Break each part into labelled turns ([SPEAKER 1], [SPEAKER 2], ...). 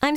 [SPEAKER 1] I'm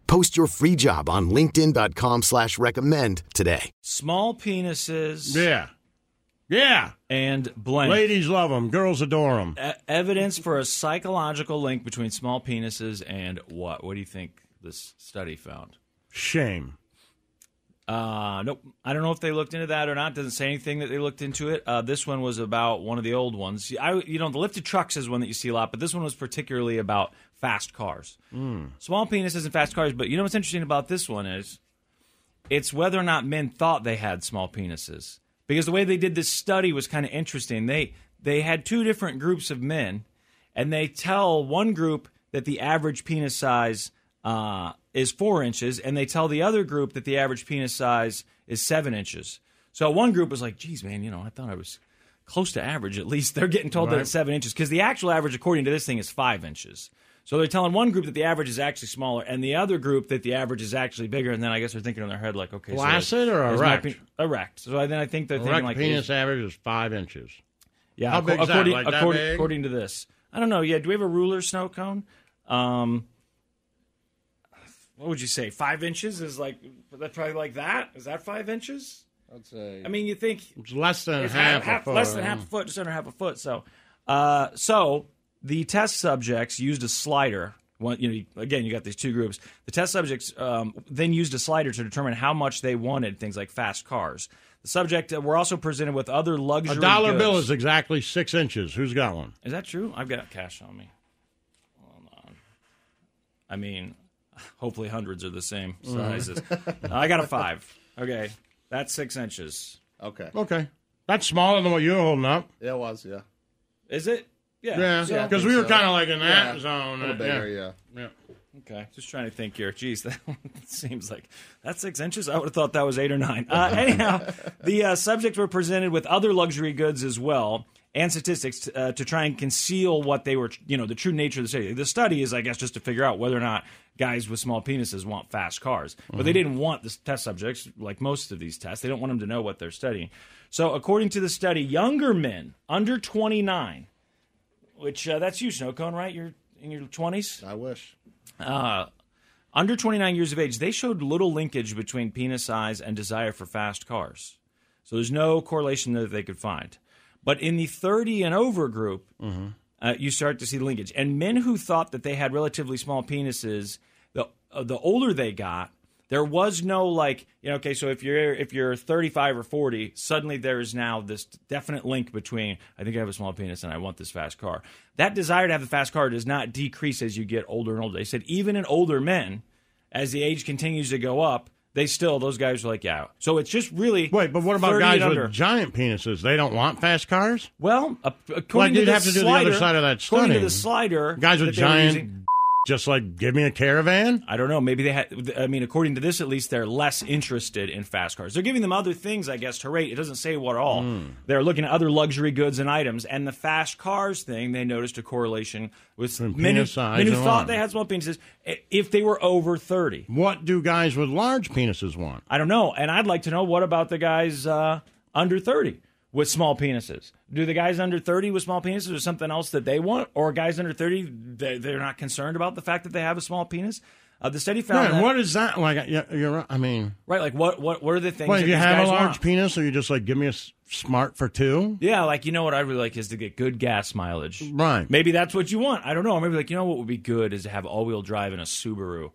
[SPEAKER 2] Post your free job on linkedin.com/recommend slash recommend today.
[SPEAKER 3] Small penises
[SPEAKER 4] Yeah. Yeah.
[SPEAKER 3] and blank.
[SPEAKER 4] Ladies love them. Girls adore them.
[SPEAKER 3] E- evidence for a psychological link between small penises and what? What do you think this study found?
[SPEAKER 4] Shame.
[SPEAKER 3] Uh, nope. I don't know if they looked into that or not. Doesn't say anything that they looked into it. Uh, this one was about one of the old ones. I, you know, the lifted trucks is one that you see a lot, but this one was particularly about fast cars, small penises and fast cars. But you know what's interesting about this one is it's whether or not men thought they had small penises because the way they did this study was kind of interesting they they had two different groups of men and they tell one group that the average penis size uh, is four inches and they tell the other group that the average penis size is seven inches so one group was like geez man you know i thought i was close to average at least they're getting told that it's seven inches because the actual average according to this thing is five inches so they're telling one group that the average is actually smaller and the other group that the average is actually bigger and then i guess they're thinking in their head like okay so
[SPEAKER 4] Flaccid
[SPEAKER 3] like,
[SPEAKER 4] or
[SPEAKER 3] is my
[SPEAKER 4] erect?
[SPEAKER 3] pe- erect so I- then i think they're
[SPEAKER 4] Erect
[SPEAKER 3] thinking like
[SPEAKER 4] penis
[SPEAKER 3] is-
[SPEAKER 4] average is five inches.
[SPEAKER 3] yeah
[SPEAKER 4] how
[SPEAKER 3] acco-
[SPEAKER 4] big is that?
[SPEAKER 3] according,
[SPEAKER 4] Like that
[SPEAKER 3] according,
[SPEAKER 4] big?
[SPEAKER 3] according to this i don't know yeah do we have a ruler snow cone um what would you say five inches is like that's probably like that is that five inches
[SPEAKER 5] I'd say.
[SPEAKER 3] i mean you think
[SPEAKER 4] It's less than
[SPEAKER 3] it's
[SPEAKER 4] half,
[SPEAKER 3] half,
[SPEAKER 4] uh, a
[SPEAKER 3] half-
[SPEAKER 4] foot.
[SPEAKER 3] less than half a foot, just under half a foot. So, uh, so the test subjects used a slider. One, you know, again, you got these two groups. The test subjects um, then used a slider to determine how much they wanted things like fast cars. The subject uh, were also presented with other
[SPEAKER 4] A
[SPEAKER 3] luxury.
[SPEAKER 4] dollar
[SPEAKER 3] goods.
[SPEAKER 4] bill is exactly six inches. Who's got one?
[SPEAKER 3] Is that true? I've got cash on me. Hold on. I mean, hopefully hundreds are the same
[SPEAKER 4] Mm.
[SPEAKER 3] sizes. I got a five. Okay, that's six inches.
[SPEAKER 5] Okay.
[SPEAKER 4] Okay. That's smaller than what you're holding up.
[SPEAKER 5] Yeah, it was, yeah.
[SPEAKER 3] Is it? Yeah.
[SPEAKER 4] Yeah.
[SPEAKER 5] Yeah, I
[SPEAKER 4] Because
[SPEAKER 5] think
[SPEAKER 4] we were
[SPEAKER 5] so.
[SPEAKER 4] kind of like in that
[SPEAKER 5] Yeah, A
[SPEAKER 4] zone.
[SPEAKER 5] little
[SPEAKER 4] yeah.
[SPEAKER 5] bigger, yeah.
[SPEAKER 4] yeah.
[SPEAKER 3] Okay, just trying to think here. Geez, that one seems like that's six inches. I would have thought that was eight or nine. Uh, anyhow, the uh, subjects were presented with other luxury goods as well and statistics uh, to try and conceal what they were, you know, the true nature of the study. The study is, I guess, just to figure out whether or not guys with small penises want fast cars. But they didn't want the test subjects, like most of these tests, they don't want them to know what they're studying. So, according to the study, younger men under 29, which uh, that's you, Snow Cone, right? You're in your 20s?
[SPEAKER 5] I wish.
[SPEAKER 3] under 29 years of age, they showed little linkage between penis size and desire for fast cars. So there's no correlation that they could find. But in the 30 and over group, uh, you start to see the linkage. And men who thought that they had relatively small penises, the uh, the older they got, there was no like, you know, okay, so if you're if you're 35 or 40, suddenly there is now this definite link between I think I have a small penis and I want this fast car. That desire to have the fast car does not decrease as you get older and older. They said even in older men, as the age continues to go up, they still those guys are like, yeah. So it's just really
[SPEAKER 4] Wait, but what about
[SPEAKER 3] 30 and
[SPEAKER 4] guys
[SPEAKER 3] under.
[SPEAKER 4] with giant penises? They don't want fast cars?
[SPEAKER 3] Well, ap- according
[SPEAKER 4] Like,
[SPEAKER 3] to
[SPEAKER 4] you'd
[SPEAKER 3] this
[SPEAKER 4] have to do the
[SPEAKER 3] slider,
[SPEAKER 4] other side of that
[SPEAKER 3] According to
[SPEAKER 4] study.
[SPEAKER 3] the slider,
[SPEAKER 4] Guys
[SPEAKER 3] that
[SPEAKER 4] with
[SPEAKER 3] they were
[SPEAKER 4] giant
[SPEAKER 3] using-
[SPEAKER 4] Just like, give me a caravan?
[SPEAKER 3] I don't know. Maybe they had. I mean, according to this, at least they're less interested in fast cars. They're giving them other things, I guess, to rate. It doesn't say what all.
[SPEAKER 4] Hmm.
[SPEAKER 3] They're looking at other luxury goods and items, and the fast cars thing. They noticed a correlation with
[SPEAKER 4] From
[SPEAKER 3] men who,
[SPEAKER 4] penis size
[SPEAKER 3] men who
[SPEAKER 4] and
[SPEAKER 3] thought
[SPEAKER 4] on.
[SPEAKER 3] they had small penises i- if they were over thirty.
[SPEAKER 4] What do guys with large penises want?
[SPEAKER 3] I don't know, and I'd like to know what about the guys uh, under thirty with small penises? Do the guys under thirty with small penises or something else that they want, or guys under thirty they, they're not concerned about the fact that they have a small penis? Uh, the study found
[SPEAKER 4] Yeah,
[SPEAKER 3] that,
[SPEAKER 4] what is that like? Yeah, You're right. I mean,
[SPEAKER 3] right, like what what what are the things?
[SPEAKER 4] well,
[SPEAKER 3] that
[SPEAKER 4] if you
[SPEAKER 3] these
[SPEAKER 4] have
[SPEAKER 3] guys
[SPEAKER 4] a large
[SPEAKER 3] want?
[SPEAKER 4] penis, are you just like, give me a s- smart for two?
[SPEAKER 3] Yeah, like you know what I'd really like is to get good gas mileage.
[SPEAKER 4] Right.
[SPEAKER 3] Maybe that's what you want. I don't know. Maybe like you know what would be good is to have all wheel drive in a Subaru.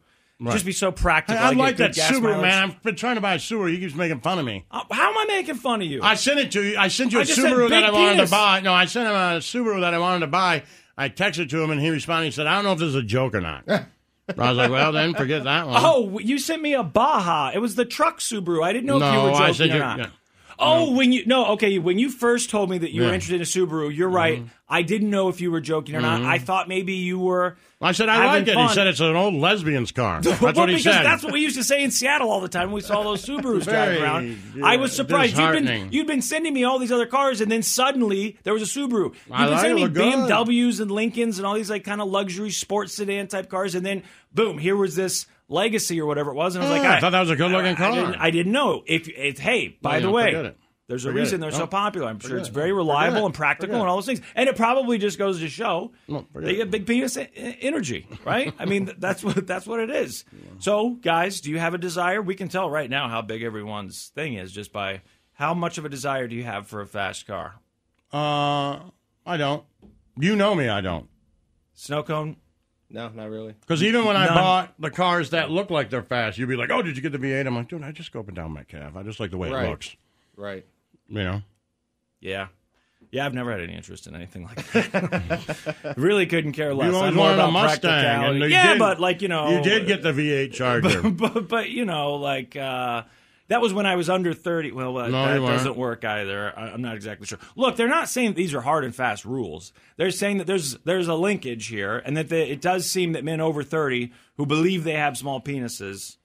[SPEAKER 3] Just be so
[SPEAKER 4] Hey,
[SPEAKER 3] practical.
[SPEAKER 4] I
[SPEAKER 3] get
[SPEAKER 4] like
[SPEAKER 3] good
[SPEAKER 4] that
[SPEAKER 3] gas
[SPEAKER 4] Subaru,
[SPEAKER 3] mileage.
[SPEAKER 4] man. I've been trying to buy a Subaru. He keeps making fun of me.
[SPEAKER 3] Uh, How am I making fun of you?
[SPEAKER 4] I sent it to you. I sent you a
[SPEAKER 3] I just said
[SPEAKER 4] Subaru
[SPEAKER 3] big
[SPEAKER 4] that I wanted
[SPEAKER 3] penis.
[SPEAKER 4] to buy. No, I sent him a Subaru that I wanted to buy. I texted to him and he responded. He said, "I don't know if this is a joke or not." I was like, "Well, then forget that one."
[SPEAKER 3] Oh, you sent me a Baja. It was the truck Subaru. I didn't know if you were joking
[SPEAKER 4] I said,
[SPEAKER 3] or
[SPEAKER 4] you-
[SPEAKER 3] not.
[SPEAKER 4] yeah.
[SPEAKER 3] Oh, when you no, okay, when you first told me that you were
[SPEAKER 4] Yeah. Mm-hmm.
[SPEAKER 3] interested in a Subaru, you're right. I didn't know if you were joking or not. I thought maybe you were.
[SPEAKER 4] I said, I
[SPEAKER 3] having
[SPEAKER 4] like it.
[SPEAKER 3] Fun.
[SPEAKER 4] He said it's an old lesbian's car. That's
[SPEAKER 3] well,
[SPEAKER 4] what he
[SPEAKER 3] because
[SPEAKER 4] said.
[SPEAKER 3] that's what we used to say in Seattle all the time. when We saw those Subarus driving
[SPEAKER 4] Very,
[SPEAKER 3] around.
[SPEAKER 4] yeah,
[SPEAKER 3] I was surprised. You've been
[SPEAKER 4] disheartening.
[SPEAKER 3] you've been sending me all these other cars, and then suddenly there was a Subaru. You've
[SPEAKER 4] I
[SPEAKER 3] been
[SPEAKER 4] like
[SPEAKER 3] sending me
[SPEAKER 4] it, look good.
[SPEAKER 3] BMWs and Lincolns and all these like kind of luxury sports sedan type cars, and then boom, here was this Legacy or whatever it was, and I was
[SPEAKER 4] Yeah,
[SPEAKER 3] like,
[SPEAKER 4] Ah, I thought that was a good-looking
[SPEAKER 3] I- I
[SPEAKER 4] car.
[SPEAKER 3] didn't, I didn't know. If, if hey, by
[SPEAKER 4] Yeah,
[SPEAKER 3] the
[SPEAKER 4] forget
[SPEAKER 3] way.
[SPEAKER 4] it.
[SPEAKER 3] There's a
[SPEAKER 4] Forget
[SPEAKER 3] reason
[SPEAKER 4] it.
[SPEAKER 3] they're so
[SPEAKER 4] No.
[SPEAKER 3] popular. I'm sure
[SPEAKER 4] Forget
[SPEAKER 3] it's
[SPEAKER 4] it.
[SPEAKER 3] very
[SPEAKER 4] Forget
[SPEAKER 3] reliable
[SPEAKER 4] it.
[SPEAKER 3] and practical
[SPEAKER 4] Forget
[SPEAKER 3] and
[SPEAKER 4] it.
[SPEAKER 3] all those things. And it probably just goes to show
[SPEAKER 4] No, forget
[SPEAKER 3] they
[SPEAKER 4] it.
[SPEAKER 3] get big penis e- e- energy, right? I mean, th- that's what that's what it is. So, guys, do you have a desire? We can tell right now how big everyone's thing is just by how much of a desire do you have for a fast car?
[SPEAKER 4] Uh, I don't. You know me, I don't.
[SPEAKER 3] Snow cone?
[SPEAKER 5] No, not really.
[SPEAKER 4] Because even when I
[SPEAKER 3] None.
[SPEAKER 4] bought the cars that look like they're fast, you'd be like, "Oh, did you get the V8?" I'm like, "Dude, I just go up and down my calf. I just like the way
[SPEAKER 5] Right.
[SPEAKER 4] it looks."
[SPEAKER 5] Right.
[SPEAKER 4] You know,
[SPEAKER 3] Yeah. Yeah, I've never had any interest in anything like that. really couldn't care less.
[SPEAKER 4] always
[SPEAKER 3] I'm more
[SPEAKER 4] wanted a
[SPEAKER 3] about
[SPEAKER 4] Mustang, and
[SPEAKER 3] practicality.
[SPEAKER 4] you
[SPEAKER 3] yeah,
[SPEAKER 4] did-
[SPEAKER 3] but like you know,
[SPEAKER 4] you did get the V8 Charger.
[SPEAKER 3] but, but you know, like uh, that was when I was under thirty. Well, uh,
[SPEAKER 4] No,
[SPEAKER 3] that
[SPEAKER 4] you weren't.
[SPEAKER 3] doesn't work either. I, I'm not exactly sure. Look, they're not saying that these are hard and fast rules. They're saying that there's there's a linkage here, and that they, it does seem that men over thirty who believe they have small penises.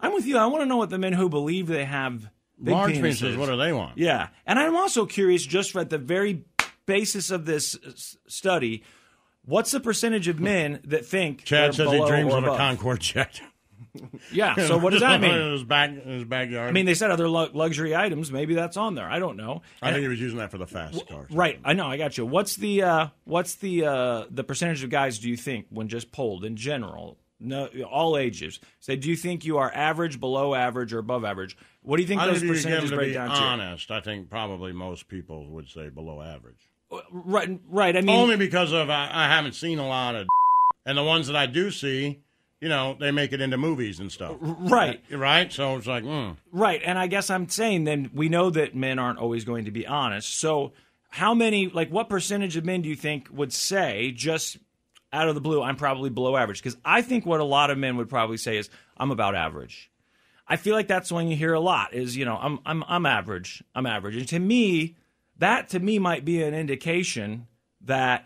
[SPEAKER 3] I'm with you. I want to know what the men who believe they have big
[SPEAKER 4] Large
[SPEAKER 3] penises.
[SPEAKER 4] pieces. What do they want?
[SPEAKER 3] Yeah, and I'm also curious, just at the very basis of this uh, s- study, what's the percentage of men that think
[SPEAKER 4] Chad
[SPEAKER 3] they're
[SPEAKER 4] says he
[SPEAKER 3] below
[SPEAKER 4] dreams
[SPEAKER 3] or
[SPEAKER 4] of a
[SPEAKER 3] above?
[SPEAKER 4] Concorde jet.
[SPEAKER 3] Yeah. So what does that
[SPEAKER 4] in
[SPEAKER 3] mean?
[SPEAKER 4] his back, in his backyard.
[SPEAKER 3] I mean, they said other lu- luxury items. Maybe that's on there. I don't know.
[SPEAKER 4] I think he was using that for the fast cars.
[SPEAKER 3] uh, Right. I know. I got you. What's the uh, what's the uh, the percentage of guys do you think when just polled in general? No, all ages. Say, do you think you are average, below average, or above average? What do you think
[SPEAKER 4] I think
[SPEAKER 3] those
[SPEAKER 4] if you give him
[SPEAKER 3] percentages
[SPEAKER 4] to
[SPEAKER 3] break
[SPEAKER 4] be
[SPEAKER 3] down
[SPEAKER 4] honest, I think probably most people would say below average.
[SPEAKER 3] to? Uh, Right. Right. I mean,
[SPEAKER 4] Only because of uh, I, I haven't seen a lot of, and the ones that I do see, you know, they make it into movies and stuff.
[SPEAKER 3] right.
[SPEAKER 4] Right. So it's like, mm.
[SPEAKER 3] Right, and I guess I'm saying then we know that men aren't always going to be honest. So, how many, like, what percentage of men do you think would say just out of the blue, I'm probably below average? Because I think what a lot of men would probably say is, I'm about average. I feel like that's when you hear a lot is, you know, I'm I'm I'm average, I'm average, and to me, that to me might be an indication that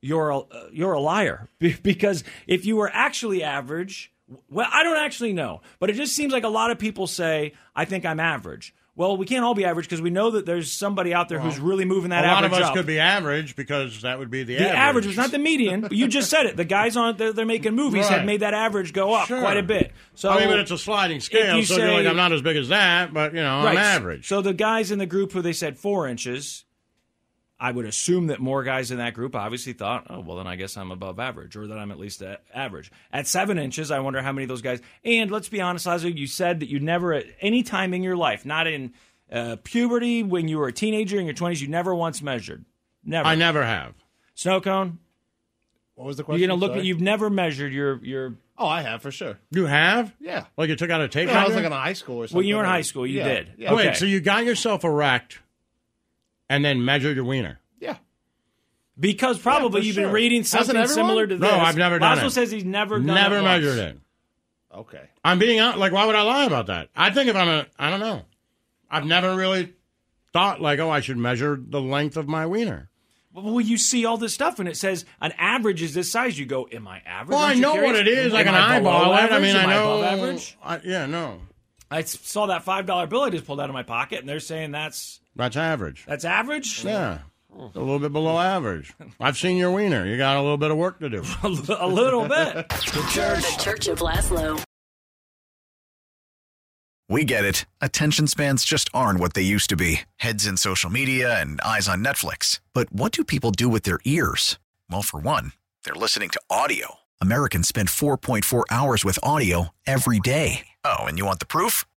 [SPEAKER 3] you're a, uh, you're a liar Be- because if you were actually average, well, I don't actually know, but it just seems like a lot of people say, "I think I'm average." Well, we can't all be average because we know that there's somebody out there who's really moving that
[SPEAKER 4] a lot
[SPEAKER 3] average
[SPEAKER 4] of us
[SPEAKER 3] up.
[SPEAKER 4] could be average because that would be the,
[SPEAKER 3] the average was not the median, but you just said it. The guys on they're, they're making movies have
[SPEAKER 4] Right.
[SPEAKER 3] made that average go up
[SPEAKER 4] Sure.
[SPEAKER 3] quite a bit. So
[SPEAKER 4] I mean, but it's a sliding scale,
[SPEAKER 3] you
[SPEAKER 4] so you're
[SPEAKER 3] say-
[SPEAKER 4] like, I'm not as big as that, but you know, I'm
[SPEAKER 3] Right.
[SPEAKER 4] average.
[SPEAKER 3] So the guys in the group who they said four inches, I would assume that more guys in that group obviously thought, oh, well, then I guess I'm above average or that I'm at least a- average. At seven inches, I wonder how many of those guys. And let's be honest, Lazo, you said that you never, at any time in your life, not in uh, puberty, when you were a teenager in your 20s, you never once measured. Never.
[SPEAKER 4] I never have.
[SPEAKER 3] Snow cone,
[SPEAKER 5] What was the
[SPEAKER 3] you're
[SPEAKER 5] question?
[SPEAKER 3] going to look
[SPEAKER 5] Sorry.
[SPEAKER 3] at, you've never measured your, your,
[SPEAKER 5] Oh, I have for sure.
[SPEAKER 4] You have?
[SPEAKER 5] Yeah.
[SPEAKER 4] Like you took out a tape
[SPEAKER 5] When I was like
[SPEAKER 4] measure?
[SPEAKER 5] in high school or something.
[SPEAKER 3] well, you were in high school, you
[SPEAKER 5] Yeah,
[SPEAKER 3] did.
[SPEAKER 5] Yeah.
[SPEAKER 3] Okay.
[SPEAKER 4] Wait, so you got yourself erect and then measured your wiener?
[SPEAKER 5] Yeah.
[SPEAKER 3] Because probably
[SPEAKER 5] for
[SPEAKER 3] you've been
[SPEAKER 5] sure.
[SPEAKER 3] reading
[SPEAKER 5] Hasn't
[SPEAKER 3] something
[SPEAKER 5] everyone?
[SPEAKER 3] similar to
[SPEAKER 4] No,
[SPEAKER 3] this.
[SPEAKER 4] I've never done
[SPEAKER 3] Lazo
[SPEAKER 4] it.
[SPEAKER 3] says he's never done
[SPEAKER 4] never
[SPEAKER 3] it once.
[SPEAKER 4] measured it.
[SPEAKER 5] Okay.
[SPEAKER 4] I'm being out. Like, why would I lie about that? I think if I'm a, I don't know. I've never really thought like, oh, I should measure the length of my wiener.
[SPEAKER 3] Well, you see all this stuff, and it says an average is this size. You go, am I average?
[SPEAKER 4] Well, I
[SPEAKER 3] Aren't you
[SPEAKER 4] know
[SPEAKER 3] curious?
[SPEAKER 4] what it is. I
[SPEAKER 3] Am
[SPEAKER 4] can
[SPEAKER 3] I below
[SPEAKER 4] eyeball it. I
[SPEAKER 3] average?
[SPEAKER 4] mean, I
[SPEAKER 3] Am
[SPEAKER 4] know.
[SPEAKER 3] above average.
[SPEAKER 4] I- yeah, no,
[SPEAKER 3] I s- saw that five dollar bill I just pulled out of my pocket, and they're saying that's
[SPEAKER 4] that's average.
[SPEAKER 3] that's average.
[SPEAKER 4] Yeah, a little bit below average. I've seen your wiener. You got a little bit of work to do.
[SPEAKER 3] a li- a little bit.
[SPEAKER 6] The Church of Laszlo.
[SPEAKER 7] We get it. Attention spans just aren't what they used to be heads in social media and eyes on Netflix. But what do people do with their ears? Well, for one, they're listening to audio. Americans spend 4.4 hours with audio every day. Oh, and you want the proof?